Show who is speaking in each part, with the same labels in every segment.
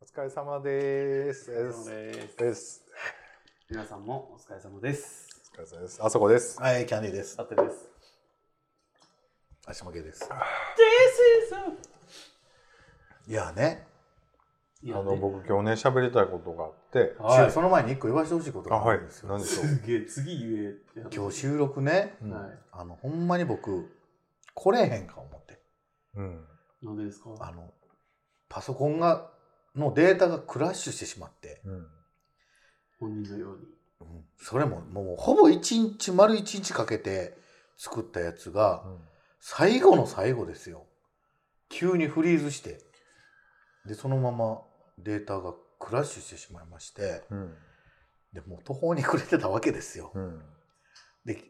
Speaker 1: お疲れ様です。
Speaker 2: お疲れ様です
Speaker 1: です。
Speaker 2: 皆さんもお疲れ様です。
Speaker 1: お疲れ様です。あそこです。
Speaker 3: はい、キャンディーです。
Speaker 2: あてです。
Speaker 3: 足負けです。
Speaker 2: This is
Speaker 3: いやね、
Speaker 2: い
Speaker 1: あ
Speaker 2: や、
Speaker 1: の
Speaker 2: ね、
Speaker 1: 僕今日ね喋りたいことがあって、
Speaker 3: 違
Speaker 2: は
Speaker 3: う
Speaker 2: い。
Speaker 3: その前に一個言わせてほしいこと
Speaker 1: あ
Speaker 3: があ
Speaker 1: はい
Speaker 3: るんです。よ。
Speaker 1: 何でしょう。
Speaker 2: すげえ、次言えって。
Speaker 3: 今日収録ね、
Speaker 1: うん
Speaker 2: は
Speaker 3: あのほんまに僕来れへんか思って、
Speaker 1: うん。
Speaker 2: い。なんでですか
Speaker 3: あのパソコンがのデータがクラッシュしてしまって、
Speaker 1: うん。
Speaker 2: 本人のように。
Speaker 3: うんそれももうほぼ一日丸一日かけて作ったやつが最後の最後ですよ。急にフリーズして、でそのままデータがクラッシュしてしまいまして、
Speaker 1: うん。
Speaker 3: でもう途方に暮れてたわけですよ。
Speaker 1: うん。
Speaker 3: で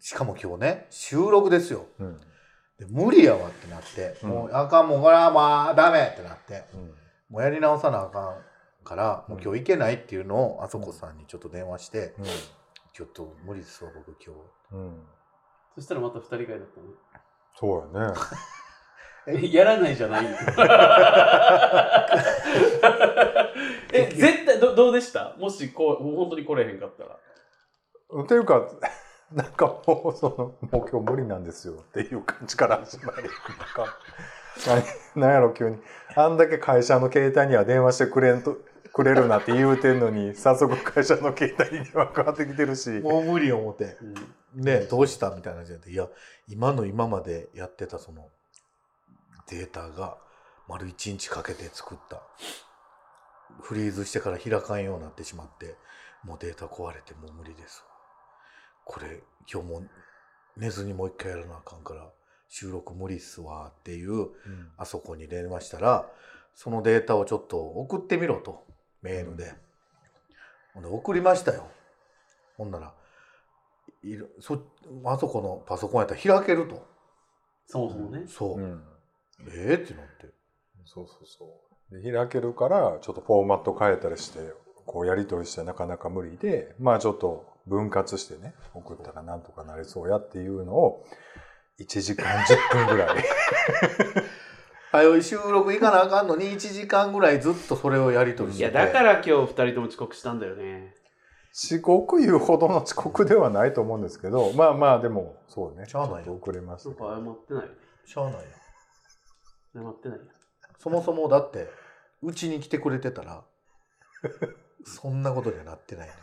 Speaker 3: しかも今日ね収録ですよ
Speaker 1: うん。
Speaker 3: で無理やわってなって、
Speaker 1: うん
Speaker 3: もうあかんもうこれはまあダメってなって
Speaker 1: うん。
Speaker 3: もうやり直さなあかんからもう今日行けないっていうのをあそこさんにちょっと電話して、ちょっと無理ですわ僕今
Speaker 1: うん。うん。
Speaker 2: そしたらまた二人会だっ
Speaker 1: そうやね。
Speaker 2: たね。え、やらないじゃない え、絶対ど、どうでしたもしこう、もう本当に来れへんかったら。
Speaker 1: っていうか、なんかもうその、もう今日無理なんですよっていう感じから始まり、なんか、ななんやろ急に、あんだけ会社の携帯には電話してくれんと、くれるなって言うてんのに、早速会社の携帯に電話かかってきてるし
Speaker 3: 日、もう無理思って
Speaker 2: うん。
Speaker 3: ねどうしたみたいな感じでいや今の今までやってたそのデータが丸一日かけて作ったフリーズしてから開かんようになってしまってもうデータ壊れてもう無理ですわこれ今日も寝ずにもう一回やらなあかんから収録無理っすわっていう
Speaker 1: うん
Speaker 3: あそこに電話したらそのデータをちょっと送ってみろとメールで,、ほんで送りましたよほんならいるそあそこのパソコンやったら開けると
Speaker 2: そもそもね。
Speaker 3: そう、
Speaker 1: うん
Speaker 3: えー、ってなって
Speaker 1: そうそうそう。で開けるからちょっとフォーマット変えたりしてこうやり取りしてなかなか無理でまあちょっと分割してね送ったらなんとかなりそうやっていうのを1時間10分ぐらい
Speaker 3: 早い収録行かなあかんのに1時間ぐらいずっとそれをやり取りし
Speaker 2: い
Speaker 3: て
Speaker 2: や、だから今日二人とも遅刻したんだよね。
Speaker 1: 遅刻いうほどの遅刻ではないと思うんですけどまあまあでもそうね
Speaker 3: しゃあないよ
Speaker 1: ちょっと遅れまし
Speaker 2: な
Speaker 1: た
Speaker 2: ん
Speaker 1: けど
Speaker 2: か謝ってないよね。
Speaker 3: しゃあないよ
Speaker 2: 謝ってないよ。
Speaker 3: そもそもだってうちに来てくれてたらそんなことにはなってないんで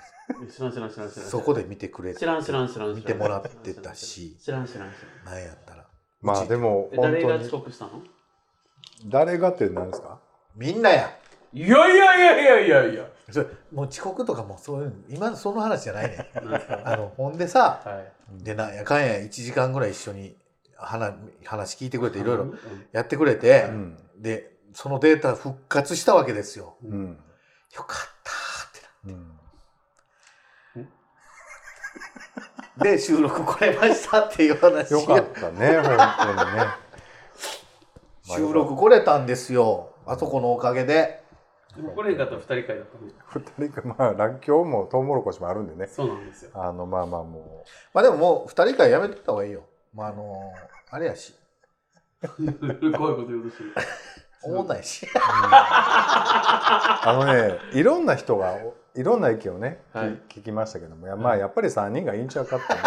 Speaker 2: え知らん知らん知らん知らん。
Speaker 3: すそこで見てくれ
Speaker 2: 知らん知らん知らん知らん。
Speaker 3: 見てもらってたし
Speaker 2: 知らん知らん知らん。
Speaker 3: なんやったら
Speaker 1: まあでも
Speaker 2: え
Speaker 1: 本
Speaker 2: 誰が
Speaker 1: 当
Speaker 2: 遅
Speaker 1: に
Speaker 2: 刻したの
Speaker 1: 誰がって何ですか
Speaker 3: みんなや
Speaker 2: いやいやいやいやいやいや。
Speaker 3: それもう遅刻とかもうそういうの今その話じゃない ね
Speaker 2: なんすか
Speaker 3: あのほんでさ
Speaker 2: はい。
Speaker 3: でなんやかんや1時間ぐらい一緒に話話聞いてくれていろい
Speaker 2: うん
Speaker 3: ろやってくれて
Speaker 1: う、ん
Speaker 3: でそのデータ復活したわけですよ
Speaker 1: う
Speaker 2: うん
Speaker 1: ん
Speaker 3: よかったーって
Speaker 1: うん
Speaker 3: なで収録来れましたっていう話
Speaker 1: よかったね本当にね
Speaker 3: 収録来れたんですよあそこのおかげで
Speaker 2: でも来れへんかったら二人会だったね。
Speaker 1: 二人がまあらっきょうもトウモロコシもあるんでね
Speaker 2: そうなんですよ。
Speaker 1: あのまあまあも
Speaker 3: まあでももう2人からやめとった方がいいよまああのーあれやし
Speaker 2: 怖いこと言うとしてる。
Speaker 3: 思んない
Speaker 1: う、
Speaker 3: し
Speaker 1: あのねいろんな人がいろんな意見をね、
Speaker 2: はい
Speaker 1: 聞きましたけどもいやまあやっぱり3人がいいんちゃうか ってね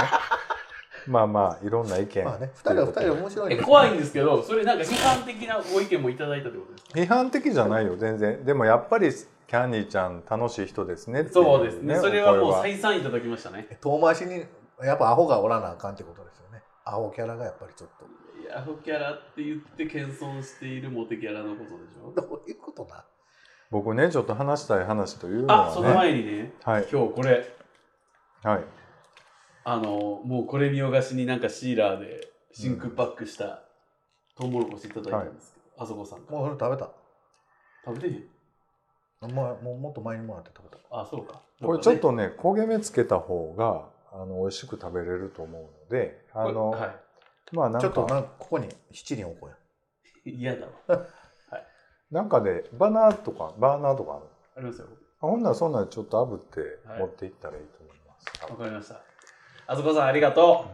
Speaker 1: まあまあいろんな意見、
Speaker 3: まあね2人は2人で面白い
Speaker 2: え、
Speaker 3: ね
Speaker 2: 怖いんですけど、それなんか批判的なご意見もいただいたってことですか
Speaker 1: 批判的じゃないよ全然でもやっぱりキャンディーちゃん楽しい人ですねってい
Speaker 2: そうですね。それはもう
Speaker 1: お声
Speaker 2: 再三いただきましたね。
Speaker 3: 遠回しにやっぱアホがおらなあかんってことですよねアホキャラがやっぱりちょっと
Speaker 2: いやアホキャラって言って謙遜しているモテキャラのことでしょ。
Speaker 3: どういうことだ
Speaker 1: 僕ねちょっと話したい話というの
Speaker 2: あ、その
Speaker 1: はね
Speaker 2: 前にね、
Speaker 1: はい
Speaker 2: 今日これ、
Speaker 1: はい
Speaker 2: あの、もうこれ見よがしになんかシーラーでシンクパックしたトウモロコシいただいたんですけど、あそこさんから。
Speaker 3: もうそれ食べ
Speaker 2: 食べてへん
Speaker 3: たもうもうもっと前にもらって食べた
Speaker 2: あ、そうか。
Speaker 1: これちょっ
Speaker 2: なんかね、
Speaker 1: とね焦げ目つけた方があの美味しく食べれると思うのであの、
Speaker 2: は
Speaker 1: まあなん
Speaker 3: ち
Speaker 1: か
Speaker 3: ょっとなんかここに七輪置こうや
Speaker 2: い。嫌だわ。
Speaker 1: なんかでバナーとかバーナーとかある
Speaker 2: ありますよ。
Speaker 1: あほんならそんなんちょっと炙って
Speaker 2: はい
Speaker 1: 持っていったらいいと思います、
Speaker 2: わかりました。あそこさんありがと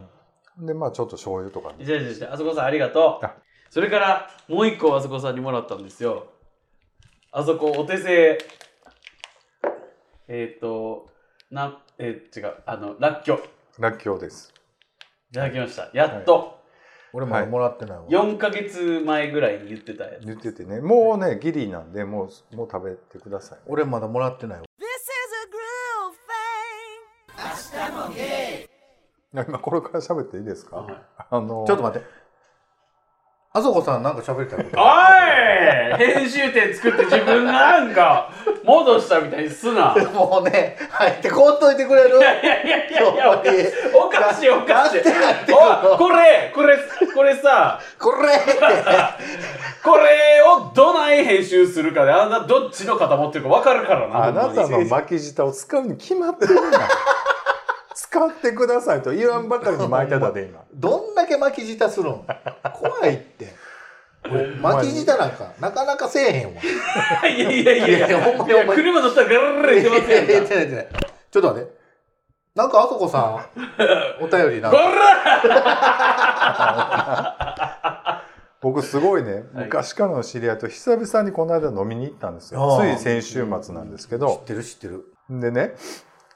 Speaker 1: でまあちょっと醤油とか
Speaker 2: う。
Speaker 1: ね
Speaker 2: いちゃいちゃいちゃいあそこさんありがとう
Speaker 1: あ。
Speaker 2: それからもう一個あそこさんにもらったんですよ。あそこお手製えっ、となえー違うあのらっきょう
Speaker 1: らっきょうです。
Speaker 2: いただきましたやっと、
Speaker 3: 俺まだもらってないわ。
Speaker 2: 4ヶ月前ぐらいに言ってたやつ
Speaker 1: 言っててね、もうね、ギリなんで、もう、もう食べてください。
Speaker 3: 俺まだもらってないわ。
Speaker 4: This is a groove thing.
Speaker 1: 今これから喋っていいですか、
Speaker 2: はい
Speaker 1: あの
Speaker 3: ちょっと待って。あそこさんなんか喋りたいこと あ
Speaker 2: おい編集点作って自分なんか戻したみたいにすな
Speaker 3: るもうね、入ってこんといてくれる
Speaker 2: いやいやいやいや
Speaker 3: そういう
Speaker 2: おかしいおかしい
Speaker 3: なんてなんてよ
Speaker 2: おいこれこれこれさ
Speaker 3: これって。
Speaker 2: これをどない編集するかであんなどっちの肩持ってるか分かるからな
Speaker 1: あなた
Speaker 2: ほんま
Speaker 1: の
Speaker 2: に
Speaker 1: 巻き舌を使うに決まってるやん使ってくださいと言わんばかりに巻いてたで今。
Speaker 3: どんだけ巻き舌するの怖い って。俺巻き舌なんかなかなかせえへんわ。
Speaker 2: いやいやいやいや
Speaker 3: いやほんまに
Speaker 2: いや
Speaker 3: ほんまに
Speaker 2: 車乗ったらガラガラ言ってます
Speaker 3: い
Speaker 2: や
Speaker 3: やいや
Speaker 2: ん
Speaker 3: い
Speaker 2: か
Speaker 3: やいやいやちょっと待って。なんかあそこさん、お便りなん
Speaker 2: ゴ
Speaker 3: か。
Speaker 2: ラ
Speaker 1: 僕すごいね、
Speaker 2: はい
Speaker 1: 昔からの知り合いと久々にこの間飲みに行ったんですよ
Speaker 3: あ
Speaker 1: つ
Speaker 3: ー
Speaker 1: い先週末なんですけ
Speaker 3: 知
Speaker 1: ど
Speaker 3: っ、てる知ってる。
Speaker 1: でね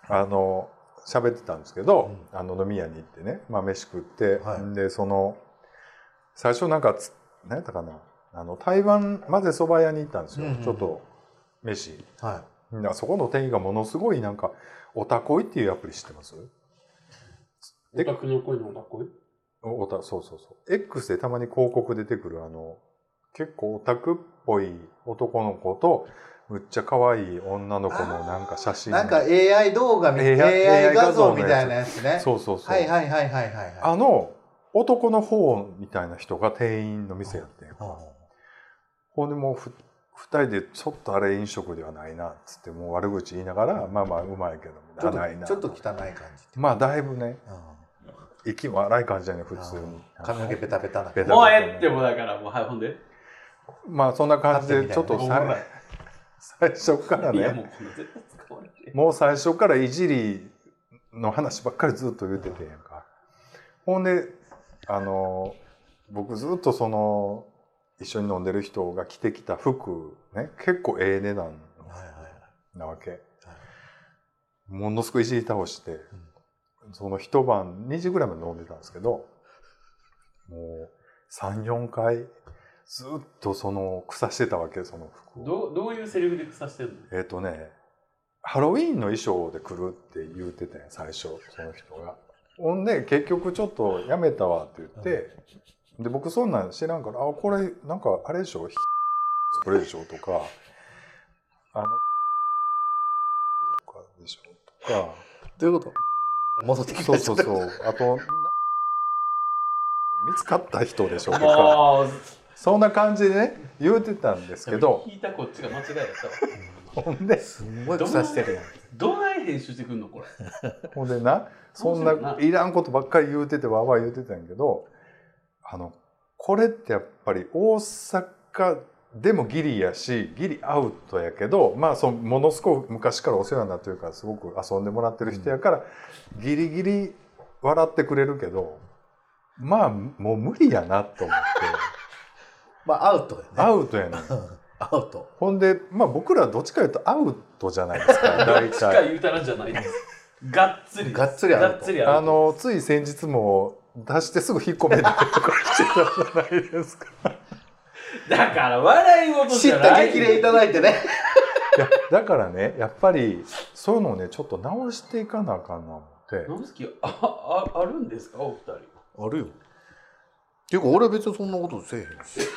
Speaker 1: あの喋ってたんですけど、あの飲み屋に行ってね、まあ、飯食って、
Speaker 3: はい
Speaker 1: んでその最初なんかつ何やったかなあの台湾まぜそば屋に行ったんですよ、
Speaker 3: うんうんうん
Speaker 1: ちょっと飯
Speaker 3: は
Speaker 1: なそこの店員がものすごいなんか「オタコイ」っていうアプリ知ってます
Speaker 2: オタクの声のオタク
Speaker 1: おオタそうそうそう X でたまに広告出てくるあの結構オタクっぽい男の子とむっちゃ可愛い女の子のなんか写
Speaker 3: い。
Speaker 1: 真
Speaker 3: なんか AI 動画み
Speaker 1: AI
Speaker 3: AI 画像みたいなやつね。
Speaker 1: そうそうそう、
Speaker 3: はいはいはいはいはいはい。
Speaker 1: あの男の方みたいな人が店員の店やってん
Speaker 3: は
Speaker 1: ほんでもうふ2人でちょっとあれ飲食ではないなっつってもう悪口言いながらまあまあうまいけど
Speaker 3: あちょっ
Speaker 1: ないな
Speaker 3: とちょっと汚い感じって。
Speaker 1: まあだいぶね
Speaker 3: うん
Speaker 1: 息も荒い感じだね普通に
Speaker 3: 髪の毛ペタペタな。
Speaker 1: ペタ
Speaker 2: もうええってもうだからもうはいほんで
Speaker 1: まあそんな感じでちょっと
Speaker 2: ほん
Speaker 1: さ
Speaker 2: ま
Speaker 1: い最初から
Speaker 2: いやも
Speaker 1: ね
Speaker 2: うこんな絶対使われて
Speaker 1: もう最初からいじりの話ばっかりずっと言っててんやんかほんであの僕ずっとその一緒に飲んでる人が着てきた服ね結構ええ値段
Speaker 3: はいはいはい
Speaker 1: なわけものすごいいじり倒して、
Speaker 3: う
Speaker 1: その一晩2時ぐらいまで飲んでたんですけどもう34回ずっとその腐してたわけその服を。
Speaker 2: どうどういうセリフでさしてんの
Speaker 1: えっ、とね、ハロウィーンの衣装で来るって言うてたんや最初、その人が。ほんで、結局ちょっとやめたわって言って、で、僕そんなん知らんから、あ、これ、なんかあれでしょ、これでしょとか、あの、とかでしょとか、
Speaker 3: どういうこと戻ってきた
Speaker 1: そうそうそう、あと、見つかった人でしょとか、
Speaker 2: もう
Speaker 1: そんな感じでね、言うてたんですけど、
Speaker 2: 聞いたこっちが間違いだったわ
Speaker 1: ほんで、
Speaker 3: すんごい草してるやん。
Speaker 2: どない編集してくんのこれ
Speaker 1: ほんでなそん
Speaker 2: 面白い
Speaker 1: な
Speaker 2: ない
Speaker 1: らんことばっかり言うててわーわー言うてたんやけどあのこれってやっぱり大阪でもギリやしギリアウトやけどまあそのものすごく昔からお世話になってるからすごく遊んでもらってる人やから、ギリギリ笑ってくれるけどまあもう無理やなと思って
Speaker 3: まあアウトやね。
Speaker 1: アウトやねん
Speaker 3: アウト。
Speaker 1: ほんでまあ僕らどっちかいうとアウトじゃないですか大
Speaker 2: しか
Speaker 1: 体。
Speaker 2: 言うたらじゃないですがっつり
Speaker 3: がっつりアウト
Speaker 2: がっつり
Speaker 1: あ
Speaker 2: あの
Speaker 1: のつい先日も出してすぐ引っ込めたりとかしてたじゃないですか。
Speaker 2: だから笑い事
Speaker 3: 知
Speaker 2: じゃ
Speaker 3: っ
Speaker 2: な
Speaker 3: た
Speaker 2: い
Speaker 3: 激励いただいてね。
Speaker 1: いやだからねやっぱりそういうのをねちょっと直していかなあかんな思って
Speaker 2: 直す気あああるんですかお二人
Speaker 3: あるよ。ていうか俺は別にそんなことせえへんし。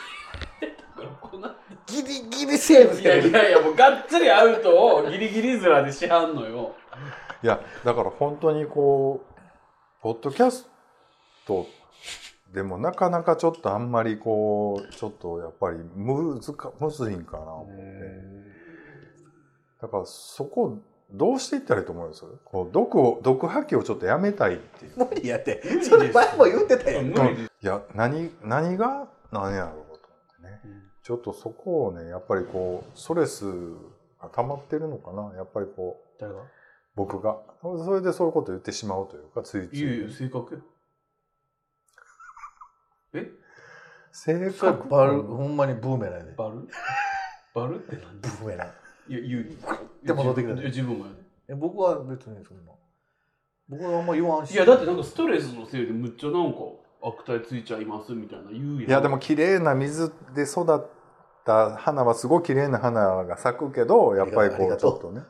Speaker 2: こんな
Speaker 3: ギリギリセーフ
Speaker 2: いやいやいやもうがっつりアウトをギリギリ面でしはんのよ
Speaker 1: いやだから本当にこうポッドキャストでもなかなかちょっとあんまりこうちょっとやっぱりむずかむずいんかな思ってだからそこどうしていったらいいと思いますこう毒を毒吐きをちょっとやめたいっていう
Speaker 3: 無理やって。それ前も言ってたやん。
Speaker 2: 無理です
Speaker 1: いや何何が何やろうと思ってねちょっとそこをねやっぱりこうストレスが溜まってるのかなやっぱりこう
Speaker 2: 誰が
Speaker 1: 僕がそれでそういうことを言ってしまうというかついつ
Speaker 2: いやいや
Speaker 1: い
Speaker 2: 性格よえ
Speaker 1: 性
Speaker 3: それ
Speaker 1: 格
Speaker 3: バルほんまにブーメランやで。
Speaker 2: バルバルってなんだ
Speaker 3: ブーメラン
Speaker 2: いや、言う。
Speaker 3: て戻ってきた
Speaker 2: いや自分もやね。
Speaker 3: え僕は別にそんな僕はあんま言わんし
Speaker 2: いや、だってなんかストレスのせいでむっちゃなんか悪態ついちゃいますみたいな言うや
Speaker 1: い
Speaker 2: ん。
Speaker 1: やでも綺麗な水で育った花はすごい綺麗な花が咲くけどやっぱりこ
Speaker 3: ありが
Speaker 1: うち
Speaker 3: と
Speaker 1: ょ
Speaker 3: う
Speaker 1: っとね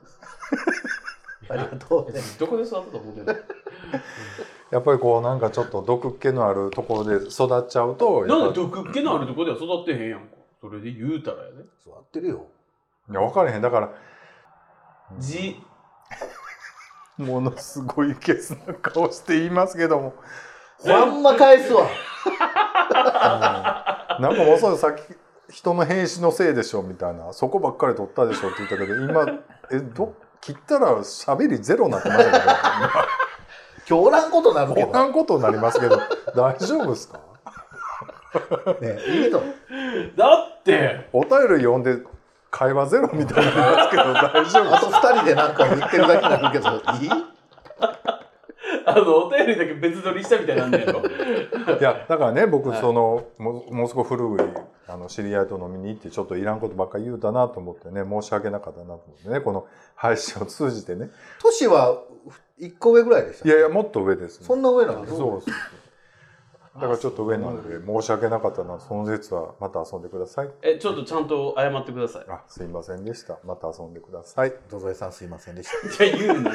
Speaker 3: ありがとうね
Speaker 2: どこで育ったと思ってんの
Speaker 1: やっぱりこうなんかちょっと毒っ気のあるところで育っちゃうとやっぱ
Speaker 2: なんで毒気のあるとこでは育ってへんやんか。それで言うたらやね。
Speaker 3: 座ってるよ
Speaker 1: いや分かれへんだから
Speaker 2: じ、
Speaker 1: ものすごいケースな顔して言いますけども
Speaker 3: あんま返すわ
Speaker 1: なんかもうそうさっき人の兵士のせいでしょみたいなそこばっかり取ったでしょって言ったけど今えど切ったら喋りゼロになってましたけど
Speaker 3: 今日おらんことなるけ
Speaker 1: こん
Speaker 3: ど
Speaker 1: なことになりますけど大丈夫ですか
Speaker 3: ねいいと
Speaker 2: だって、
Speaker 1: お便り読んで会話ゼロみたいになりますけど大丈夫
Speaker 3: あと2人でなんか言ってるだけになるけどいい
Speaker 2: あの、お便りだけ別撮りしたみたいなんだよ。
Speaker 1: いやだからね僕
Speaker 2: はい
Speaker 1: その、もうもうすごい古いあの知り合いと飲みに行ってちょっといらんことばっかり言うたなと思ってね申し訳なかったなと思ってねこの配信を通じてね
Speaker 3: 年は1個上ぐらいでした
Speaker 1: いやいやもっと上です、ね、
Speaker 3: そんな上なの
Speaker 1: そうそうそうだからちょっと上なので申し訳なかったなその節はまた遊んでください
Speaker 2: え、ちょっとちゃんと謝ってくだ さい。
Speaker 1: あすいませんでしたまた遊んでください
Speaker 3: 土添さんすいませんでした
Speaker 2: いや、言うな。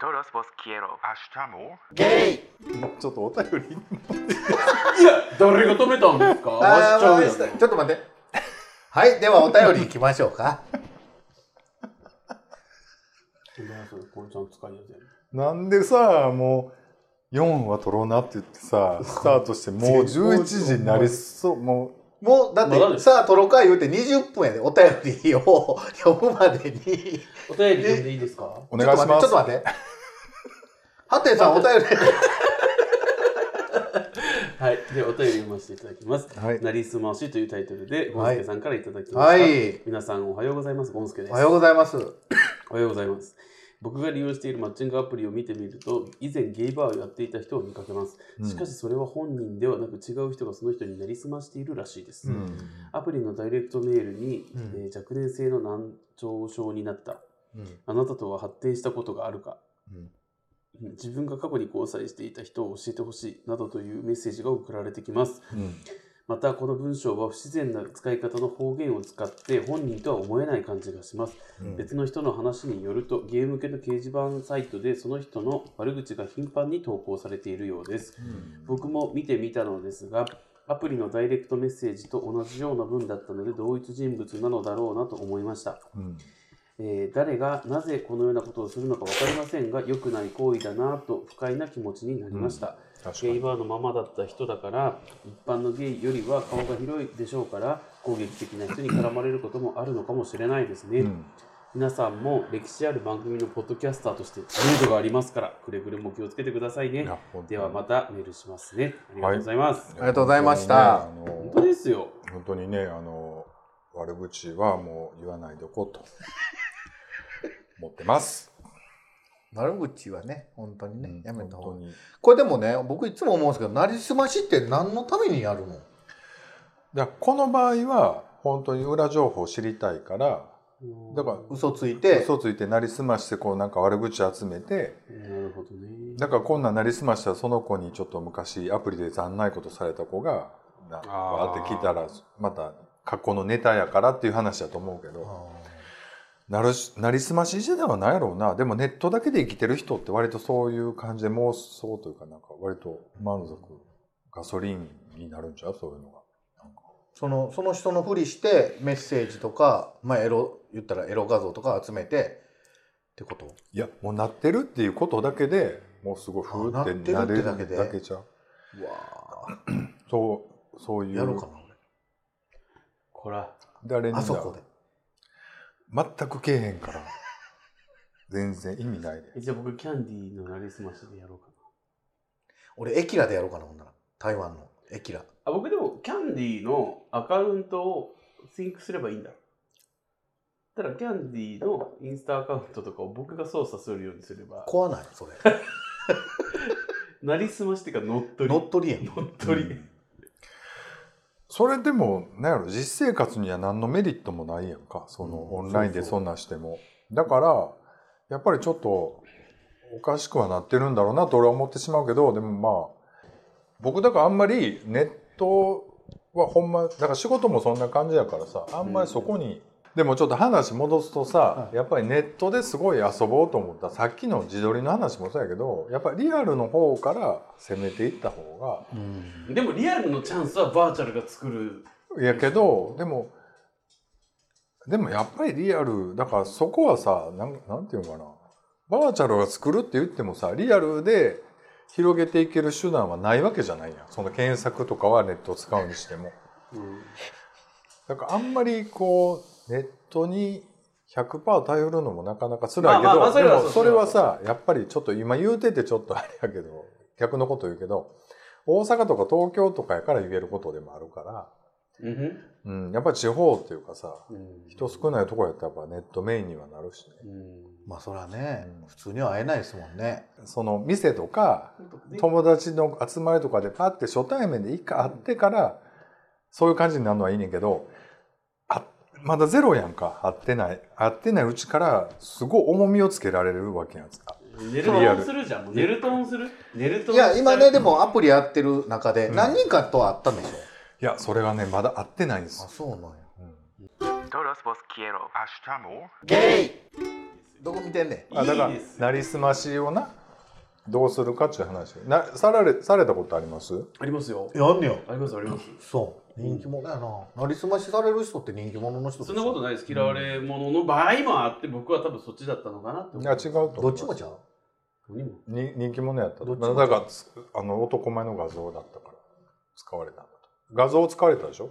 Speaker 5: Todos vos quiero. Hasta luego.
Speaker 2: ゲイ
Speaker 1: ちょっとお便り
Speaker 2: いや、誰が止めたんです か
Speaker 3: あ
Speaker 2: わ
Speaker 3: ー
Speaker 2: しちゃう
Speaker 3: わかり
Speaker 2: や
Speaker 3: ました
Speaker 2: ん
Speaker 3: ちょっと待って。はい、ではお便り行きましょうか。
Speaker 2: これちゃん使いやすいやん
Speaker 1: なんでさもう4は取ろうなって言ってさスタート してもう11時になりそうも
Speaker 3: もう、だ
Speaker 2: まだ
Speaker 3: っ
Speaker 2: で
Speaker 3: て、
Speaker 2: す
Speaker 3: さあ、トロカ言うて20分やで、お便りを 読むまでに。
Speaker 2: お便り読んでいいですか
Speaker 1: うお願いします
Speaker 3: ちょっと待って。ちょっと待って。ハテンさん、お便り。
Speaker 2: はい、でお便り読ませていただきます。
Speaker 1: はい
Speaker 2: なりすましというタイトルで、ゴンスケさんからいただきました。
Speaker 3: はい。
Speaker 2: 皆さんおはようございます。ゴンスケです。
Speaker 3: おはようございます。
Speaker 2: おはようございます。僕が利用しているマッチングアプリを見てみると、以前ゲイバーをやっていた人を見かけます。しかしそれは本人ではなく違う人がその人になりすましているらしいです。
Speaker 1: うん
Speaker 2: アプリのダイレクトメールに、
Speaker 3: うん
Speaker 2: えー若年性の難聴症になった。
Speaker 3: うん
Speaker 2: あなたとは発展したことがあるか、
Speaker 3: うん
Speaker 2: 自分が過去に交際していた人を教えてほしいなどというメッセージが送られてきます。
Speaker 1: うん
Speaker 2: またこの文章は不自然な使い方の方言を使って本人とは思えない感じがします、
Speaker 1: うん
Speaker 2: 別の人の話によるとゲーム系の掲示板サイトでその人の悪口が頻繁に投稿されているようです僕も見てみたのですがアプリのダイレクトメッセージと同じような文だったので同一人物なのだろうなと思いました
Speaker 1: うん
Speaker 2: えー誰がなぜこのようなことをするのか分かりませんが良くない行為だなと不快な気持ちになりました、
Speaker 1: 確か
Speaker 2: ゲイ
Speaker 1: に
Speaker 2: バーのままだった人だから一般のゲイよりは顔が広いでしょうから攻撃的な人に絡まれることもあるのかもしれないですね、
Speaker 1: うん
Speaker 2: 皆さんも歴史ある番組のポッドキャスターとして知名度がありますからくれぐれも気をつけてください
Speaker 1: い
Speaker 2: ね
Speaker 1: や本当に
Speaker 2: ではまたメールしますねありがとうございます、
Speaker 3: ありがとうございました
Speaker 1: 本当にね
Speaker 2: 本
Speaker 1: あ
Speaker 2: 当
Speaker 1: の
Speaker 2: ですよ
Speaker 1: 本当にねあの悪口はもう言わないでおこうと思ってます。
Speaker 3: 悪口はね、本当にね、やめた方
Speaker 1: 本
Speaker 3: が
Speaker 1: 当
Speaker 3: いい。
Speaker 1: に
Speaker 3: これでもね、僕いつも思うんですけど、なりすましって何のためにやるの
Speaker 1: だからこの場合は本当に裏情報を知りたいからだから
Speaker 3: 嘘ついて、
Speaker 1: 嘘ついてなりすましてこうなんか悪口集めて
Speaker 2: なるほどね
Speaker 1: だからこんなんなりすましたらその子にちょっと昔アプリで残ないことされた子がなわ
Speaker 2: あー
Speaker 1: ーって聞いたらまた格好のネタやからっていう話だと思うけど。
Speaker 3: あ
Speaker 1: なるしなりすまし時代はないやろうなでもネットだけで生きてる人って割とそういう感じで妄想というかなんか割と満足ガソリンになるんちゃうそういうのが
Speaker 3: ーそのその人のふりしてメッセージとか、まあ、エロ言ったらエロ画像とか集めてってこと
Speaker 1: いやもうなってるっていうことだけでもうすごいふーって
Speaker 3: あな
Speaker 1: な
Speaker 3: って
Speaker 1: れる
Speaker 3: るってだけで
Speaker 1: だけちゃう
Speaker 3: うわ
Speaker 1: そうそうい
Speaker 3: やろう
Speaker 1: う
Speaker 3: かな
Speaker 2: こら
Speaker 1: 誰に
Speaker 3: 俺あ
Speaker 1: だ
Speaker 3: そこで
Speaker 1: 全くけえへんから全然意味ないで
Speaker 2: えじゃあ僕キャンディーのなりすましでやろうかな
Speaker 3: 俺エキラでやろうかなほんなら台湾のエキラ
Speaker 2: あ僕でもキャンディーのアカウントをシンクすればいいんだただキャンディーのインスタアカウントとかを僕が操作するようにすれば
Speaker 3: 怖ないそれ
Speaker 2: なりすましっていうか乗っ取り
Speaker 3: 乗っ取りやん
Speaker 2: 乗っ取り、
Speaker 1: うんそれでもなんやろ実生活には何のメリットもないやんかそ
Speaker 3: うん
Speaker 1: のオンラインでそんなんしても、だからやっぱりちょっとおかしくはなってるんだろうなと俺は思ってしまうけどでもまあ僕だからあんまりネットはほんまだから仕事もそんな感じやからさあんまりそこに、でもちょっと話戻すとさ、
Speaker 3: はい
Speaker 1: やっぱりネットですごい遊ぼうと思ったさっきの自撮りの話もそうやけどやっぱりリアルの方から攻めていった方が
Speaker 3: うん
Speaker 2: でもリアルのチャンスはバーチャルが作る
Speaker 1: いやけどでもでもやっぱりリアルだからそこはさなんなんていうのかなバーチャルが作るって言ってもさリアルで広げていける手段はないわけじゃないやんその検索とかはネットを使うにしても
Speaker 2: うん
Speaker 1: だからあんまりこうネットに100%頼るのもなかなか辛いけ
Speaker 2: まあまあまあ
Speaker 1: ど
Speaker 2: そ
Speaker 1: で
Speaker 2: れは
Speaker 1: も
Speaker 2: そ
Speaker 1: そうれはさやっぱりちょっと今言うててちょっとあれやけど逆のこと言うけど大阪とか東京とかやから言えることでもあるから。
Speaker 2: うん
Speaker 1: うん、やっぱり地方っていうかさ
Speaker 2: うん
Speaker 1: 人少ないとこやったらやっぱネットメインにはなるしね
Speaker 2: うん
Speaker 3: まあそらね、
Speaker 1: うん
Speaker 3: 普通には会えないですもんね。
Speaker 1: その店とか友達の集まりとかでパッて初対面で一回会ってからそういう感じになるのはいいねんけどあまだゼロやんか会ってない会ってないうちからすごい重みをつけられるわけやんですか
Speaker 2: 寝るトンするじゃんもう寝るトンする寝るトン
Speaker 3: いや今ねで
Speaker 2: も
Speaker 3: もアプリやってる中で
Speaker 1: うん
Speaker 3: 何人かとは会ったんでしょ、
Speaker 1: いやそれがねまだ会ってないんです
Speaker 3: あそうなんや。
Speaker 5: Todos vos quiero. Hasta amor.
Speaker 3: ゲイどこ見てんね
Speaker 1: あだから
Speaker 2: いいです
Speaker 1: なりすましをなどうするかっていう話なさられされたことあります
Speaker 2: ありますよ
Speaker 3: ん。やんねよ。
Speaker 2: ありますあります
Speaker 3: そう人気者やな。なりすましされる人って人気者の人でし
Speaker 2: そ
Speaker 3: ょ
Speaker 2: んなことないです嫌われ者の場合もあって僕は多分そっちだったのかなって
Speaker 1: い
Speaker 2: 思
Speaker 1: や違うと思
Speaker 3: ど
Speaker 1: う
Speaker 3: っちもちゃう。
Speaker 2: 何も
Speaker 1: に人気者やったと
Speaker 3: どっちも
Speaker 1: だからつあの男前の画像だったから使われたんだと画像使われたでしょ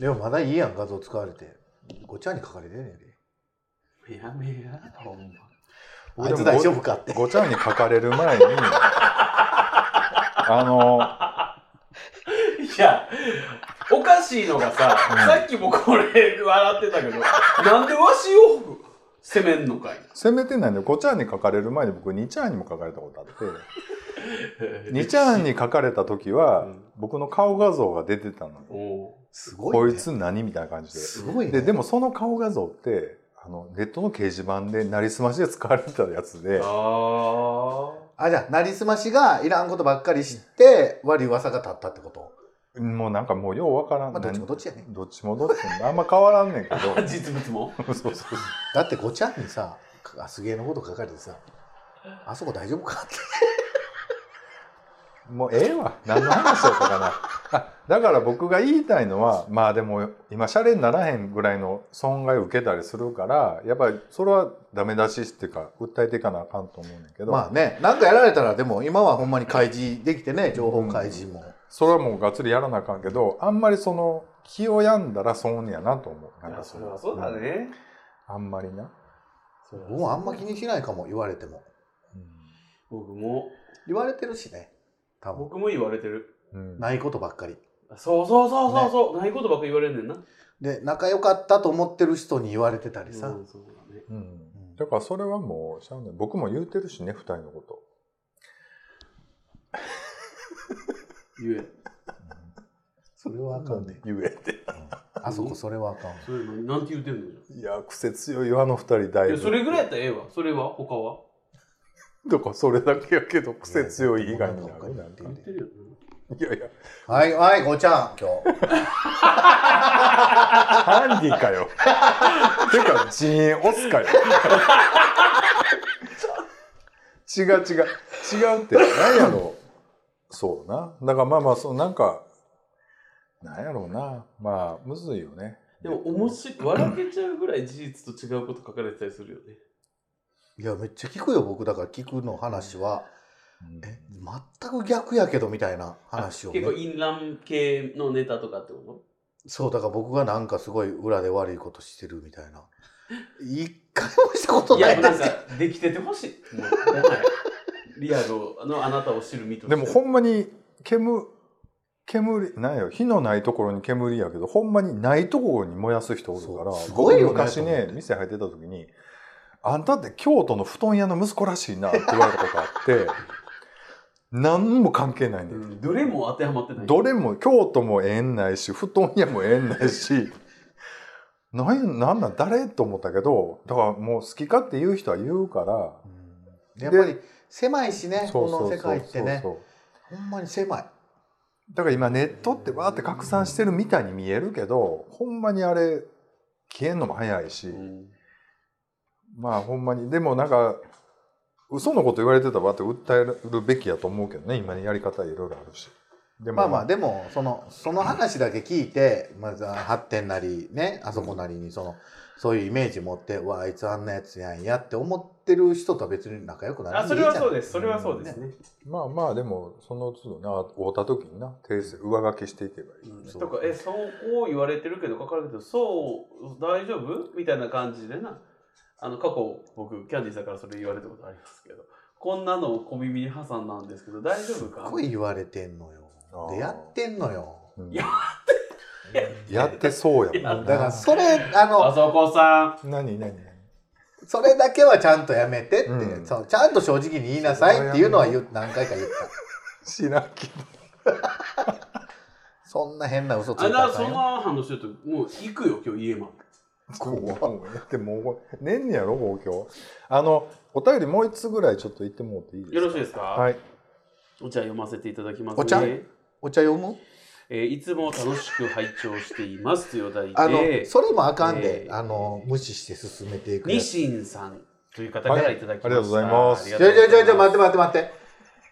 Speaker 3: でもまだいいやん画像使われて。ごちゃに書かれてんねんで。
Speaker 2: やめやほんま
Speaker 3: あいつ大丈夫かって。
Speaker 1: ごちゃに書かれる前に あ
Speaker 2: いやおかしいのがさ、さっきもこれ笑ってたけどなんでわしを責めんのかい
Speaker 1: のせめてないんでごちゃに書かれる前に僕にちゃんにも書かれたことあってにちゃんに書かれた時は
Speaker 2: うん
Speaker 1: 僕の顔画像が出てたのよ
Speaker 2: おう
Speaker 3: すごい、ね。
Speaker 1: こいつ何みたいな感じです
Speaker 3: ごい、ね。
Speaker 1: ででもその顔画像ってあのネットの掲示板でなりすましで使われてたやつで
Speaker 2: あ
Speaker 3: あじゃあなりすましがいらんことばっかり知って悪い噂が立ったってこと。
Speaker 1: もうなんかもうようわからん、
Speaker 3: まあどっちもどっちやね。
Speaker 1: どっちもどっちもあんま変わらんねんけど
Speaker 2: あ実物も
Speaker 1: そうそうそう
Speaker 3: だってごちゃんにさ、かすげえのこと書かれてさ、あそこ大丈夫かって。
Speaker 1: もうええわ何の話だったかなあだから僕が言いたいのはまあでも今シャレにならへんぐらいの損害を受けたりするからやっぱりそれはダメ出しっていうか訴えていかなあかんと思うねんだけど、
Speaker 3: まあね、なんかやられたらでも今はほんまに開示できてね、情報開示も。
Speaker 1: それはもうがっつりやらなあかんけどあんまりその気を病んだら損やなと思う
Speaker 2: い
Speaker 1: なん
Speaker 2: や
Speaker 1: か
Speaker 2: そ
Speaker 1: の
Speaker 2: りゃそうだね、
Speaker 1: うんあんまりな、
Speaker 3: 僕もあんま気にしないかも言われても。
Speaker 2: 僕も
Speaker 3: 言われてるしね、多分。
Speaker 2: 僕も言われてる
Speaker 1: うん
Speaker 3: ないことばっかり。
Speaker 2: そうそうそうそうそう、ないことばっか言われんねんな
Speaker 3: で、仲良かったと思ってる人に言われてたりさ。
Speaker 2: うんそうだね
Speaker 1: うん
Speaker 3: うん
Speaker 1: だからそれはもうしゃあない僕も言うてるしね二人のこと
Speaker 2: 言え
Speaker 3: それはあかんね、
Speaker 1: 言えて
Speaker 3: あそこそれはあかんね
Speaker 2: それ何なんて言うてんのじゃ
Speaker 1: いや癖強いよあの二人だ
Speaker 2: ん
Speaker 1: い
Speaker 2: い
Speaker 1: ぶ
Speaker 2: やそれぐらいやったらええわそれは他は
Speaker 1: だからそれだけやけど癖強い以外になるなんか
Speaker 2: 言ってるよ、
Speaker 1: いやいや
Speaker 3: はい、はい、ごちゃん、今日。
Speaker 1: ハンディか よてか人員押すかよ違う違う違うって何やろうそうなだからまあまあそうなんかなんやろうなまあむずいよね
Speaker 2: でも面白い笑けちゃうぐらい事実と違うこと書かれてたりするよね
Speaker 3: いや、めっちゃ聞くよ、僕。だから聞くの話は、
Speaker 1: うん
Speaker 3: え、全く逆やけどみたいな話を、ね
Speaker 2: 結。構淫乱系のネタとかってこ
Speaker 3: そう、だから僕がなんかすごい裏で悪いことしてるみたいな。一回もしたこと
Speaker 2: と
Speaker 3: ない
Speaker 2: や
Speaker 3: で
Speaker 2: なん
Speaker 3: す
Speaker 2: か
Speaker 3: よ。
Speaker 2: できててほしいもうもはやリアルのあなたを知る身とし
Speaker 1: で
Speaker 2: て
Speaker 1: もほんまに煙煙なんやろ火のないところに煙やけどほんまにないところに燃やす人おるから
Speaker 3: そうすごいよね
Speaker 1: 僕昔
Speaker 3: と思っ
Speaker 1: ね
Speaker 3: て
Speaker 1: 店入ってた時に「あんたって京都の布団屋の息子らしいな」って言われたことあって 何も関係ないねん
Speaker 2: どれも当てはまってない。
Speaker 1: どれも京都も縁ないし布団屋も縁ないし なんなんなん誰と思ったけどだからもう好き勝手言う人は言うから
Speaker 3: うんやっぱり狭いしねこの世界ってね
Speaker 1: そうそう
Speaker 3: ほんまに狭い
Speaker 1: だから今ネットってわーって拡散してるみたいに見えるけどほんまにあれ消えんのも早いし、
Speaker 2: うん
Speaker 1: まあほんまにでもなんか嘘のこと言われてたわって訴えるべきやと思うけどね今のやり方いろいろあるしでも
Speaker 3: まあまあでもそのその話だけ聞いてまずは発展なりねあそこなりにそのそういうイメージ持ってうわあいつあんなやつやんやって思ってる人とは別に仲良くなら
Speaker 2: あ、
Speaker 3: な
Speaker 2: そ
Speaker 3: い
Speaker 2: れ
Speaker 3: じゃん
Speaker 2: はそうです。それはそうですね。
Speaker 1: まあまあでもその都度な会うた時にな訂正上書きしていけばいい、
Speaker 2: うんとか、え、そうこう言われてるけど、書かれてるけど、そう、大丈夫みたいな感じでな。あの、過去、僕、キャンディーさんからそれ言われたことありますけど、こんなのを小耳に挟んだんですけど、大丈夫
Speaker 3: す
Speaker 2: か
Speaker 3: っごい言われてんのよ
Speaker 1: あー
Speaker 3: でやってんのよ
Speaker 1: うん
Speaker 2: や
Speaker 1: やってそうやもん
Speaker 3: だからそれあ
Speaker 2: あ
Speaker 3: の
Speaker 2: そこさ
Speaker 1: 何何何
Speaker 3: それだけはちゃんとやめてって、
Speaker 1: うん
Speaker 3: そうちゃんと正直に言いなさいっていうのは言う何回か言った
Speaker 1: 知らんけど
Speaker 3: そんな変な嘘
Speaker 2: ん、
Speaker 3: ついた
Speaker 2: あ
Speaker 3: らあ
Speaker 2: な、
Speaker 3: か
Speaker 2: そ
Speaker 3: ん
Speaker 2: の
Speaker 3: よ
Speaker 2: 話ちょっと、もう行くよ、今日家まで。
Speaker 1: もうやってもうねんねやろもう今日あのお便りもう一つぐらいちょっと言ってもらっていいですか
Speaker 2: よろしいですか
Speaker 1: はい
Speaker 2: お茶読ませていただきますね。
Speaker 3: お茶お茶読む
Speaker 2: えーいつも楽しく拝聴していますというお題
Speaker 3: あの、
Speaker 2: で、
Speaker 3: それもあかんで、
Speaker 2: えー
Speaker 3: あの無視して進めていく
Speaker 2: ニ
Speaker 3: やつ
Speaker 2: シンさんという方からいただきました。
Speaker 1: はいありがとうございます
Speaker 2: ありが
Speaker 3: ち
Speaker 2: と
Speaker 3: ょいうちょ
Speaker 2: ご
Speaker 3: いち
Speaker 2: ざ
Speaker 3: ょ
Speaker 2: い
Speaker 3: いちょい
Speaker 2: ま
Speaker 3: 待って待って待って。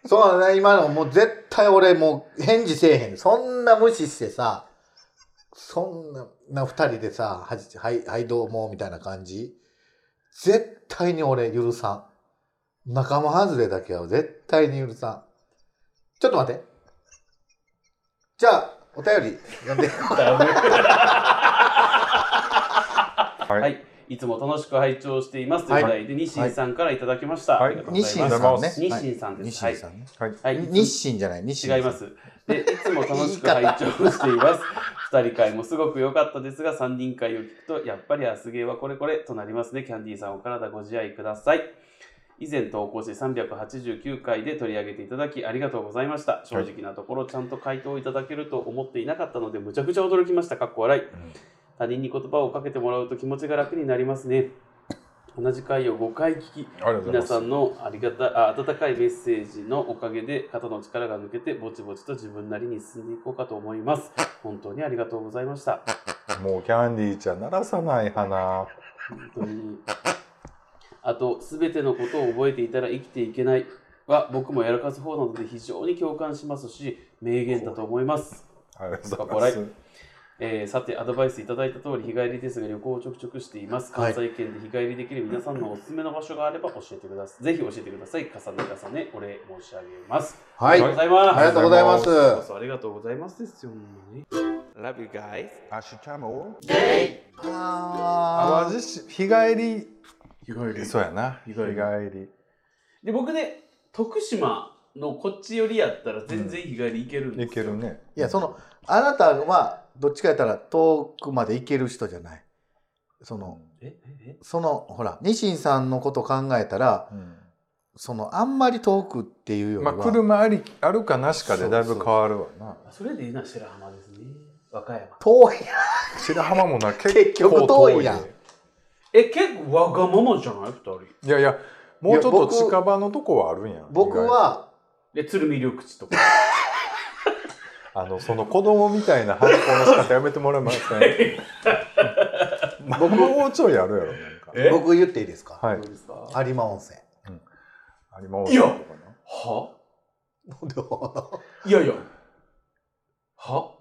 Speaker 3: そうだね、今のもう絶対俺もう返事せえへん。そんな無視してさ、そんなな二人でさ、はじはい、はいどうも、みたいな感じ。絶対に俺許さん。仲間外れだけは絶対に許さん。ちょっと待って。じゃあ、お便り 読んで。
Speaker 2: す。はい、いつも楽しく拝聴していますというお題で、ニシンさんからいただきました。
Speaker 1: はい
Speaker 2: ありがとうご
Speaker 3: 日
Speaker 2: ざい
Speaker 3: 清
Speaker 2: ます
Speaker 1: ありがとう
Speaker 3: さん
Speaker 1: ござい
Speaker 3: ね
Speaker 1: ま。
Speaker 2: 日清さんです
Speaker 3: はい日清さんね。
Speaker 1: はい
Speaker 2: はい、
Speaker 3: 日清じゃない、日清さん。
Speaker 2: 違います。で、いつも楽しく拝聴しています。二人会もすごく良かったですが、三人会を聞くと、やっぱりアスゲーはこれこれとなりますね。キャンディーさん、お体ご自愛ください。以前投稿して389回で取り上げていただきありがとうございました。正直なところ、ちゃんと回答いただけると思っていなかったので、むちゃくちゃ驚きました。かっこ笑い。他人に言葉をかけてもらうと気持ちが楽になりますね。同じ回を5回聞き、
Speaker 1: ありがとうござい
Speaker 2: 皆
Speaker 1: ます
Speaker 2: さんのありがたあ温かいメッセージのおかげで肩の力が抜けてぼちぼちと自分なりに進んでいこうかと思います。本当にありがとうございました。
Speaker 1: もうキャンディーちゃん鳴らさない花
Speaker 2: 本当に。あと、すべてのことを覚えていたら生きていけないは僕もやらかす方なので非常に共感しますし、名言だと思います。
Speaker 1: ありがとうございます
Speaker 2: えーさて、アドバイスいただいた通り、日帰りですが、旅行をちょくちょくしています。
Speaker 3: は
Speaker 2: 関
Speaker 3: い
Speaker 2: 西圏で日帰りできる皆さんのおすすめの場所があれば教えてください。ぜひ教えてください。重ね重ね、お礼申し上げます。
Speaker 3: はい。
Speaker 2: あり
Speaker 3: あ
Speaker 2: がとうございます。
Speaker 3: り
Speaker 1: あ
Speaker 3: がとうございま
Speaker 1: り
Speaker 2: こ
Speaker 3: す
Speaker 2: そ。ありがとうございますですよ、ほんまに。Love you guys.
Speaker 5: 明日も
Speaker 3: あ
Speaker 1: 淡路市日帰り
Speaker 2: 日帰
Speaker 1: そうやな日帰り
Speaker 2: で、僕ね、徳島のこっち寄りやったら全然日帰り行けるんですよ。
Speaker 1: いけるね
Speaker 3: いやそのあなたはどっちかやったら遠くまで行ける人じゃないその
Speaker 2: ええ
Speaker 3: そのほらニシンさんのこと考えたら
Speaker 1: うん
Speaker 3: そのあんまり遠くっていうより
Speaker 1: ま
Speaker 3: は、
Speaker 1: あ車ありあるかなしかでだいぶ変わるわな
Speaker 2: えそれでいいな、白浜ですね。和歌山。
Speaker 3: 遠いや
Speaker 1: 白浜もな結構
Speaker 3: 結局遠いやん
Speaker 1: で
Speaker 2: え、結構わがままじゃない二人。
Speaker 1: いやいやもうち
Speaker 3: いや
Speaker 1: ょっと
Speaker 3: 僕
Speaker 1: 近場のとこはあるんや
Speaker 3: 僕は
Speaker 2: で、鶴見緑地とか。
Speaker 1: 意外にあのその子供みたいな反抗の仕方やめてもらえ ません僕もうちょいあるやろなんか
Speaker 2: え
Speaker 3: 僕言っていいですか、
Speaker 1: はい
Speaker 2: どうですか
Speaker 3: 有馬温泉
Speaker 1: 有馬温
Speaker 2: いや
Speaker 1: 泉とかな
Speaker 2: は いやいや。は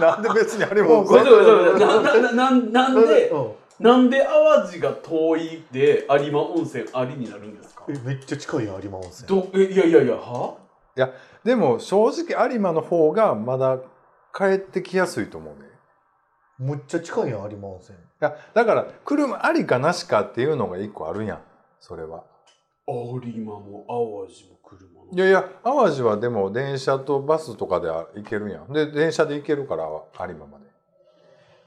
Speaker 1: なんで別に有馬温
Speaker 2: ごめん
Speaker 1: 泉
Speaker 2: なさいごめんなさいななななんで、
Speaker 3: うん
Speaker 2: なんで淡路が遠いで有馬温泉ありになるんですか
Speaker 3: えめっちゃ近いやん有馬温泉
Speaker 2: どえいやいやいや、は
Speaker 1: でも正直有馬の方がまだ帰ってきやすいと思うね
Speaker 3: むっちゃ近いやん有馬温泉
Speaker 1: いやだから車ありかなしかっていうのが一個あるやんそれは
Speaker 2: 有馬も淡路も車の。
Speaker 1: いやいや淡路はでも電車とバスとかで行けるやんで電車で行けるから有馬まで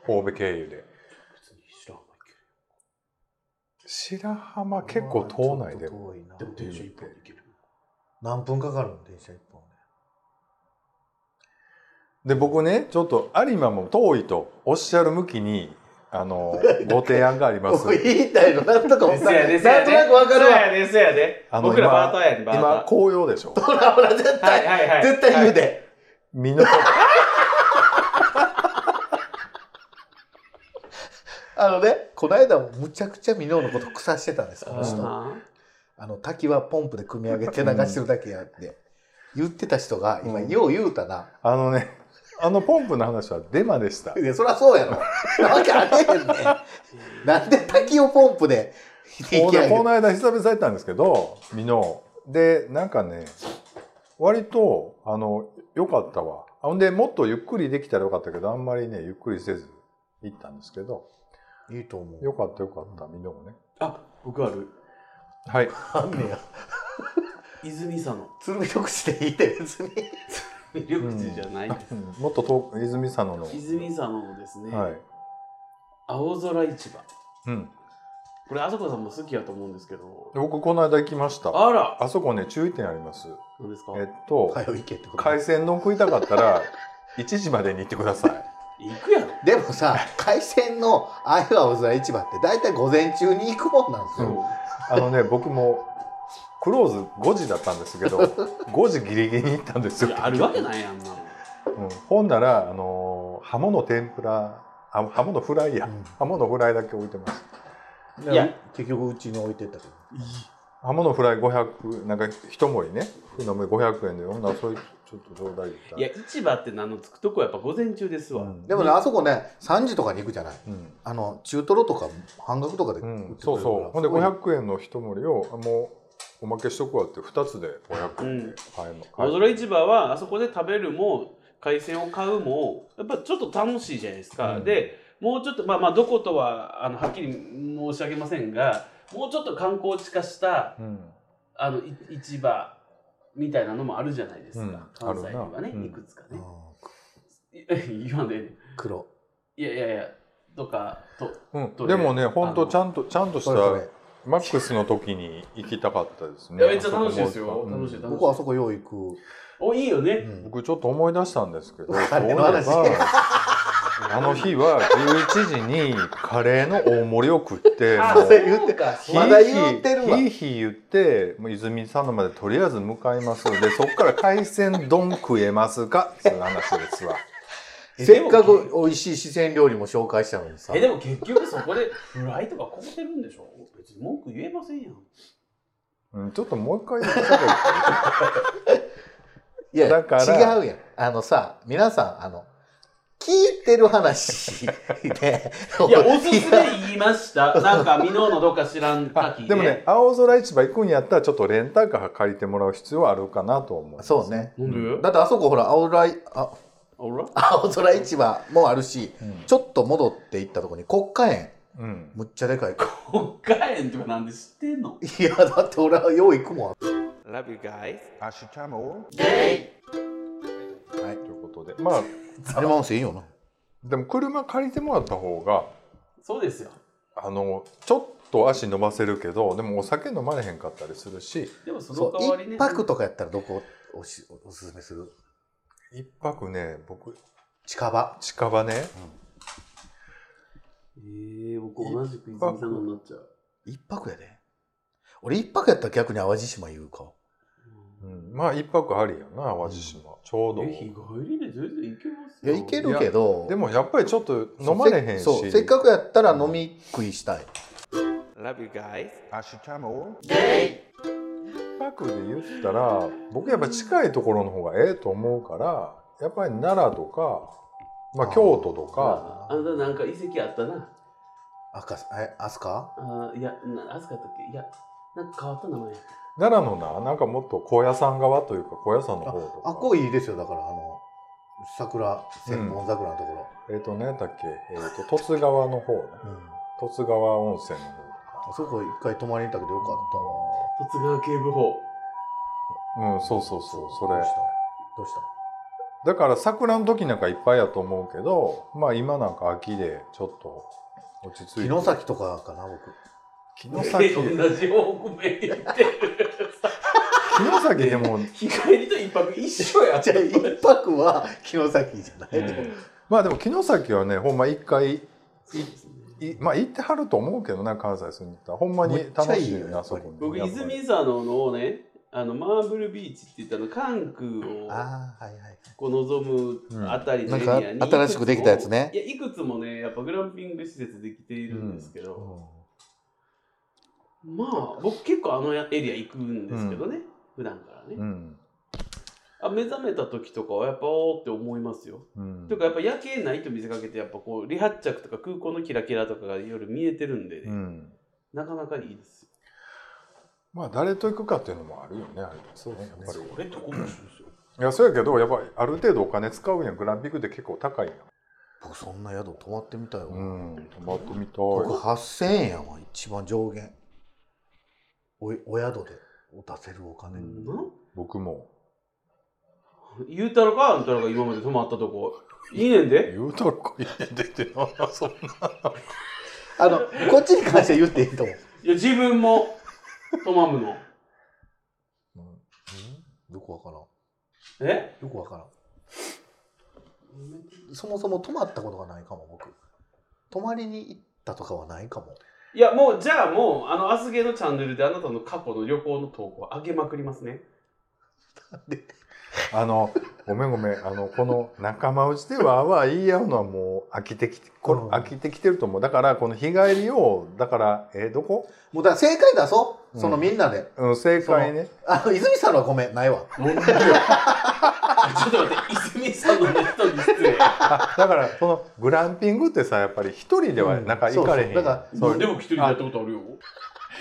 Speaker 1: 神戸経由で
Speaker 2: 別に知らんわけ
Speaker 1: 白浜結構島内で
Speaker 3: うわちょっと
Speaker 2: で
Speaker 3: 遠いな
Speaker 2: も電車一本で行ける。
Speaker 3: 何分かかるの電車一本で。
Speaker 1: で僕ねちょっと有馬も遠いとおっしゃる向きにあのご提案があります
Speaker 3: 僕言いたいのなんとかわ
Speaker 2: で
Speaker 3: か
Speaker 2: すや
Speaker 3: る。
Speaker 2: で、
Speaker 3: なんとなくわかるわ。
Speaker 2: そうやで、そうやで。
Speaker 1: あの
Speaker 2: 僕ら
Speaker 1: 今
Speaker 2: バーターやで、バーター。
Speaker 1: 今紅葉でしょ
Speaker 3: ほらほら絶
Speaker 2: はい
Speaker 3: 対、
Speaker 2: はいはい。
Speaker 3: 絶対言うで。
Speaker 1: 身の
Speaker 3: あのねこの間もむちゃくちゃミノのこと草してたんですこの
Speaker 1: う
Speaker 3: 人。
Speaker 1: ん
Speaker 2: はい。
Speaker 3: あの滝はポンプで組み上げて流してるだけやって言ってた人が今
Speaker 1: うん
Speaker 3: よう言うたな、
Speaker 1: あのねあのポンプの話はデマでした
Speaker 3: いやそりゃそうやろなわけあれへんねなんで滝をポンプで引
Speaker 1: こ
Speaker 3: き上げ
Speaker 1: こ
Speaker 3: る
Speaker 1: の間久々行ったんですけど美濃でなんかね割とあの良かったわほんでもっとゆっくりできたらよかったけどあんまりねゆっくりせず行ったんですけど
Speaker 3: いいと思う
Speaker 1: よかったよかった美濃もね
Speaker 2: あ、僕ある。
Speaker 1: はい
Speaker 3: あんねや
Speaker 2: 泉佐野。
Speaker 3: 鶴見緑地でいいで別に
Speaker 2: 緑地じゃないです。
Speaker 1: うんもっと遠く泉佐野の
Speaker 2: 泉佐野のですね、
Speaker 1: はい
Speaker 2: 青空市場。
Speaker 1: うん
Speaker 2: これ、あそこさんも好きやと思うんですけど。
Speaker 1: 僕この間行きました
Speaker 2: あら
Speaker 1: あそこね注意点あります
Speaker 2: 何ですか
Speaker 1: えっと、
Speaker 3: 早いけってこと
Speaker 1: 海鮮丼食いたかったら1時までに行ってくださ い
Speaker 2: 行くやろ。
Speaker 3: でもさ海鮮のああいう青空市場って大体午前中に行くもんなんです
Speaker 1: うん
Speaker 3: よ、
Speaker 1: あのね僕もクローズ5時だったんですけど 5時ギリギリに行ったんです
Speaker 2: い
Speaker 1: よ
Speaker 2: やあるわけないやんあんなの。
Speaker 1: うん、ほんならあのー、モの天ぷらあハモのフライや、
Speaker 3: うん
Speaker 1: ハモのフライだけ置いてます
Speaker 2: いや
Speaker 3: 結局うちに置いてったけど
Speaker 1: ハモのフライ500なんか一盛りね一盛り500円でほんならそれちょっとちょうだい言ったら
Speaker 2: いや、市場って名のつくとこはやっぱ午前中ですわ。
Speaker 1: うん
Speaker 3: でもねあそこね3時とかに行くじゃない
Speaker 1: うん
Speaker 3: あの中トロとか半額とかで
Speaker 1: う
Speaker 3: 売って
Speaker 1: ん
Speaker 3: くれるから、
Speaker 1: そうそうほんです
Speaker 3: ごい
Speaker 1: 500円の一盛りをあもうおまけしとくわって2つで500円で買えま買え
Speaker 2: 青空市場はあそこで食べるも海鮮を買うもやっぱちょっと楽しいじゃないですか、
Speaker 1: うん
Speaker 2: でもうちょっとまあまあどことはあのはっきり申し上げませんがもうちょっと観光地化した
Speaker 1: うん
Speaker 2: あのい市場みたいなのもあるじゃないですか、
Speaker 1: うん
Speaker 2: 関西に
Speaker 1: あ
Speaker 2: は
Speaker 1: るな
Speaker 2: ね、
Speaker 1: うん
Speaker 2: いくつか
Speaker 3: う
Speaker 2: ね
Speaker 3: ん
Speaker 2: い言わんでええねん
Speaker 3: 黒
Speaker 2: いやいやいやとかと
Speaker 1: うん
Speaker 2: どれ
Speaker 1: でもね、本
Speaker 2: あ
Speaker 1: 当
Speaker 2: の
Speaker 1: ちゃんとちゃんとし
Speaker 3: それそ
Speaker 1: た
Speaker 3: れ
Speaker 1: マックスの時に行きたかったです
Speaker 2: い
Speaker 1: ね。
Speaker 2: やめっちゃ楽しいですよ
Speaker 1: あそこも
Speaker 2: 楽しい楽しい
Speaker 3: 僕はあそこよう行
Speaker 2: おいいよ
Speaker 3: く、う
Speaker 2: ね、
Speaker 3: ん
Speaker 1: 僕ちょっと思い出したんですけ ど、
Speaker 3: カレーの話
Speaker 1: そういえばあの日は11時にカレーの大盛りを食って、
Speaker 2: あ
Speaker 1: も
Speaker 3: そうれ言って
Speaker 2: か
Speaker 1: ひ
Speaker 3: まだ言ってるわ
Speaker 1: ひいひい言って、もう泉佐野までとりあえず向かいます。で、そこから海鮮丼食えますかっていう話ですわ。
Speaker 3: せっかく美味しい四川料理も紹介したのにさ
Speaker 2: えでも結局そこでフライとかこぼてるんでしょ別に文句言えませんやん
Speaker 1: うん、ちょっともう一回言ってたけ ど
Speaker 3: いや
Speaker 1: だから
Speaker 3: 違うやんあのさ皆さんあの聞いてる話 で
Speaker 2: いや、おすすめ言いました。なんか、ミノーのどっか知らん
Speaker 1: あ
Speaker 2: かき、
Speaker 1: でもね、青空市場行くんやったらちょっとレンタカー借りてもらう必要はあるかなと思う。
Speaker 3: そうね
Speaker 2: なんで
Speaker 3: だってあそこほら青空いあ
Speaker 2: あら
Speaker 3: 青空市場もあるし
Speaker 1: うん
Speaker 3: ちょっと戻って行ったとこに国家園
Speaker 1: うん、
Speaker 3: むっちゃでかい
Speaker 2: 北海園とかなんで知ってんの
Speaker 3: いやだって俺はよう行く もん
Speaker 2: ?Love you guys.
Speaker 5: 明日も
Speaker 1: はい、ということで、まあ、
Speaker 3: あれもいいよな
Speaker 1: でも車借りてもらった方が、
Speaker 2: そうですよ。
Speaker 1: あの、ちょっと足伸ばせるけど、でもお酒飲まれへんかったりするし。
Speaker 2: でもそ
Speaker 3: そ
Speaker 2: の代わ
Speaker 3: う
Speaker 2: りね。
Speaker 3: 一泊とかやったらどこおしおすすめする
Speaker 1: 一泊ね、僕、
Speaker 3: 近場
Speaker 1: 近場ね、
Speaker 2: えー、僕同じく泉佐野になっちゃう。
Speaker 3: 一泊やで俺一泊やったら逆に淡路島言うか
Speaker 1: うん、まあ一泊ありやな、淡路島、ちょう
Speaker 2: え、日帰
Speaker 1: ど。
Speaker 2: りで全然行けます
Speaker 3: いや
Speaker 2: よ。
Speaker 3: 行けるけど
Speaker 1: でもやっぱりちょっと飲まれへんし。
Speaker 3: そうせそうせっかくやったら飲み食いしたい
Speaker 2: Love you guys.
Speaker 5: 明日も
Speaker 1: 一泊で言ったら、僕やっぱ近いところの方がええと思うから、やっぱり奈良とか、まあ京都とか、
Speaker 2: ああなたなんか遺跡あったな。
Speaker 3: 赤え飛鳥
Speaker 2: あーいや、なあずかやったっけいや、なんか変わった名前やった。
Speaker 1: 奈良のな、なんかもっと高野山側というか、高野山の方とか。
Speaker 3: あっこいいですよだからあの桜千本桜のとこ
Speaker 1: えっ、と、何やったっけ、えっ、と、十津川の方ね。
Speaker 3: ろ、うん
Speaker 1: 十津川温泉の方
Speaker 3: あそこ一回泊まりに行ったけどよかったわ
Speaker 2: 十津川警部補。
Speaker 1: うん、そうそうそう、そ
Speaker 3: どう
Speaker 1: れ
Speaker 3: し。たどうした
Speaker 1: だから桜の時なんかいっぱいやと思うけど、まあ今なんか秋でちょっと落ち着いて。
Speaker 3: 城崎とかかな僕
Speaker 1: 城崎。
Speaker 2: 同じ方向目に行ってる。
Speaker 1: 城崎でも、
Speaker 2: 日帰りと一泊一緒や
Speaker 3: じゃあ一泊は城崎じゃない、
Speaker 2: うん
Speaker 1: まあでも城崎はね、ほんま一回、いまあ行ってはると思うけどな、関西住んでたら。ほんまに楽しい
Speaker 3: めっちゃいいよ
Speaker 1: よ
Speaker 3: や
Speaker 1: な、
Speaker 3: っぱ
Speaker 1: そ
Speaker 3: り
Speaker 1: こに。
Speaker 2: 僕
Speaker 1: やっぱり
Speaker 2: 泉佐野のねあのマーブルビーチって言ったの関空を
Speaker 3: ああはいはい
Speaker 2: こう望むあたりのエリアに、
Speaker 3: うんなんか新しくできたやつね
Speaker 2: いやいくつもねやっぱグランピング施設できているんですけど、まあ僕結構あのエリア行くんですけどね、普段からね、
Speaker 1: うん。
Speaker 2: あ目覚めた時とかはやっぱおーって思いますよ
Speaker 1: うん。
Speaker 2: というかやっぱ夜景ないと見せかけてやっぱこう離発着とか空港のキラキラとかが夜見えてるんでね、
Speaker 1: うん。
Speaker 2: なかなかいいですよ
Speaker 1: まあ誰と行くかっていうのもあるよね、あれ。
Speaker 3: そうですね
Speaker 1: やっぱり
Speaker 2: これどこも一緒ですよ
Speaker 1: いや、そうやけど、やっぱりある程度お金使うにはグランピングって結構高いやん。
Speaker 3: 僕そんな宿泊まってみたよ、
Speaker 1: うん。泊まってみた
Speaker 3: 僕
Speaker 1: い。
Speaker 3: 8000円やわ一番上限おお宿で出せるお金、
Speaker 2: なん
Speaker 1: 僕も。
Speaker 2: 言うたろかあんたらが今まで泊まったとこいいねんで
Speaker 1: 言うたらこいいねんでってな、そんな。
Speaker 3: あのこっちに関しては言っていいと思う
Speaker 2: いや自分も泊まむの
Speaker 3: よくわからんよ
Speaker 2: え
Speaker 3: くわからんそもそも泊まったことがないかも僕泊まりに行ったとかはないかも
Speaker 2: いやもうじゃあもうあのアスゲのチャンネルであなたの過去の旅行の投稿上げまくりますね
Speaker 1: あの、ごめんごめん。あの、この仲間内ではあわあ言い合うのはもう飽きてきて、これ
Speaker 3: うん
Speaker 1: 飽きてきてると思う。だから、この日帰りを、だから、えーどこ
Speaker 3: もうだから正解出そう
Speaker 1: うん
Speaker 3: そのみんなで、
Speaker 1: うん、正解ね。
Speaker 3: あの泉さんのはごめんないわ
Speaker 2: ちょっと待って泉さんのネットに失礼
Speaker 1: あだから、その、グランピングってさ、やっぱり一人ではなんか行かれへん。
Speaker 3: うんそうそうだから
Speaker 1: そう
Speaker 2: でも一人でやったことあるよ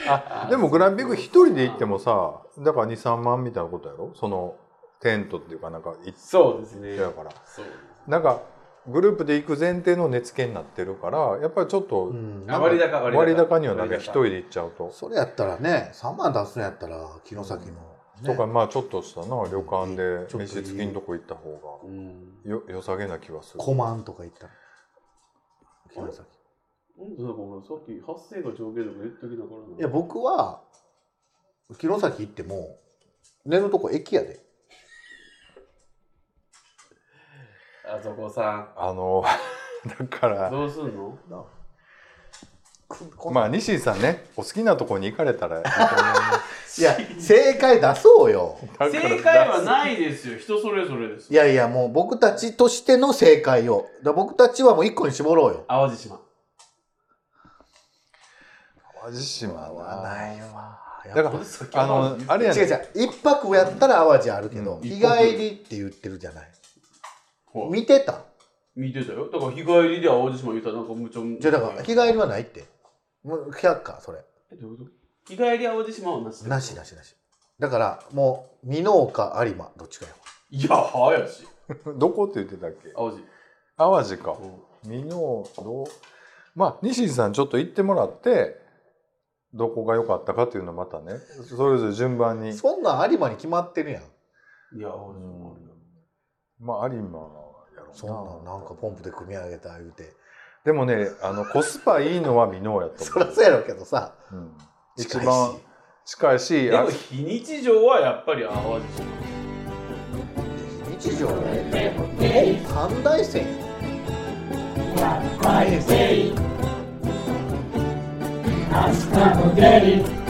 Speaker 1: あでもグランピング一人で行ってもさだから23万みたいなことやろそのテントっていうかなんか一
Speaker 2: そうですね
Speaker 1: 緒やから
Speaker 2: そうです
Speaker 1: なんかグループで行く前提の寝付けになってるからやっぱりちょっと
Speaker 3: うん
Speaker 2: あ割高
Speaker 1: 割高にはなんか一人で行っちゃうと、
Speaker 3: それやったらね3万出すんやったら城崎の、ね
Speaker 1: とかまあちょっとしたな旅館
Speaker 3: ちょっと
Speaker 1: で
Speaker 3: いい
Speaker 1: 飯付きのとこ行った方
Speaker 2: うん
Speaker 1: がよ良さげな気はする
Speaker 3: コマンとか行ったら城崎
Speaker 2: なんでだから俺さっき発生が上限とか言っときながらない
Speaker 3: や僕は城崎行っても寝るとこ駅やで
Speaker 2: あそこさ
Speaker 1: あの だから
Speaker 2: どうすんの
Speaker 3: こ
Speaker 1: まあ西井さんねお好きなとこに行かれた らいいと思います
Speaker 3: いや正解出そうよ
Speaker 1: だから
Speaker 2: 正解はないですよ人それぞれです
Speaker 3: いやいやもう僕たちとしての正解をだ僕たちはもう一個に絞ろうよ
Speaker 2: 淡路島
Speaker 1: 淡路島
Speaker 3: 合
Speaker 1: は
Speaker 3: ないわ
Speaker 1: だからあのあれやね
Speaker 3: 違う違う一泊やったら淡路あるけど、
Speaker 1: うん
Speaker 3: 日帰りって言ってるじゃない
Speaker 2: ほら
Speaker 3: 見てた
Speaker 2: 見てたよだから日帰りで淡路島言うたらなんかむちゃむ
Speaker 3: じゃあだから日帰りはないってもう却下それ
Speaker 2: えどういうこと日帰り淡路島はなし
Speaker 3: なしなしなしだからもう美濃か有馬どっちかよ
Speaker 2: いやはやし
Speaker 1: どこって言ってたっけ
Speaker 2: 淡路
Speaker 1: 淡路か美濃どうまあ西井さんちょっと行ってもらってどこが良かったかっていうのをまたねそれぞれ順番に
Speaker 3: そんなん有馬に決まってるやん
Speaker 2: いや淡
Speaker 1: う
Speaker 2: 路島ある
Speaker 1: んまあ有馬やろう
Speaker 3: そんなんなんかポンプで組み上げた言うて
Speaker 1: でもねあのコスパいいのは美濃やと
Speaker 3: そ
Speaker 1: 思
Speaker 3: り
Speaker 1: う
Speaker 3: ゃそうやろうけどさ
Speaker 1: うん一
Speaker 3: 近いし
Speaker 1: 番近いし
Speaker 2: で
Speaker 1: あ
Speaker 2: も非日常はやっぱり淡路島
Speaker 3: 日常ね日本三大戦や
Speaker 6: カイセイアスカモデリ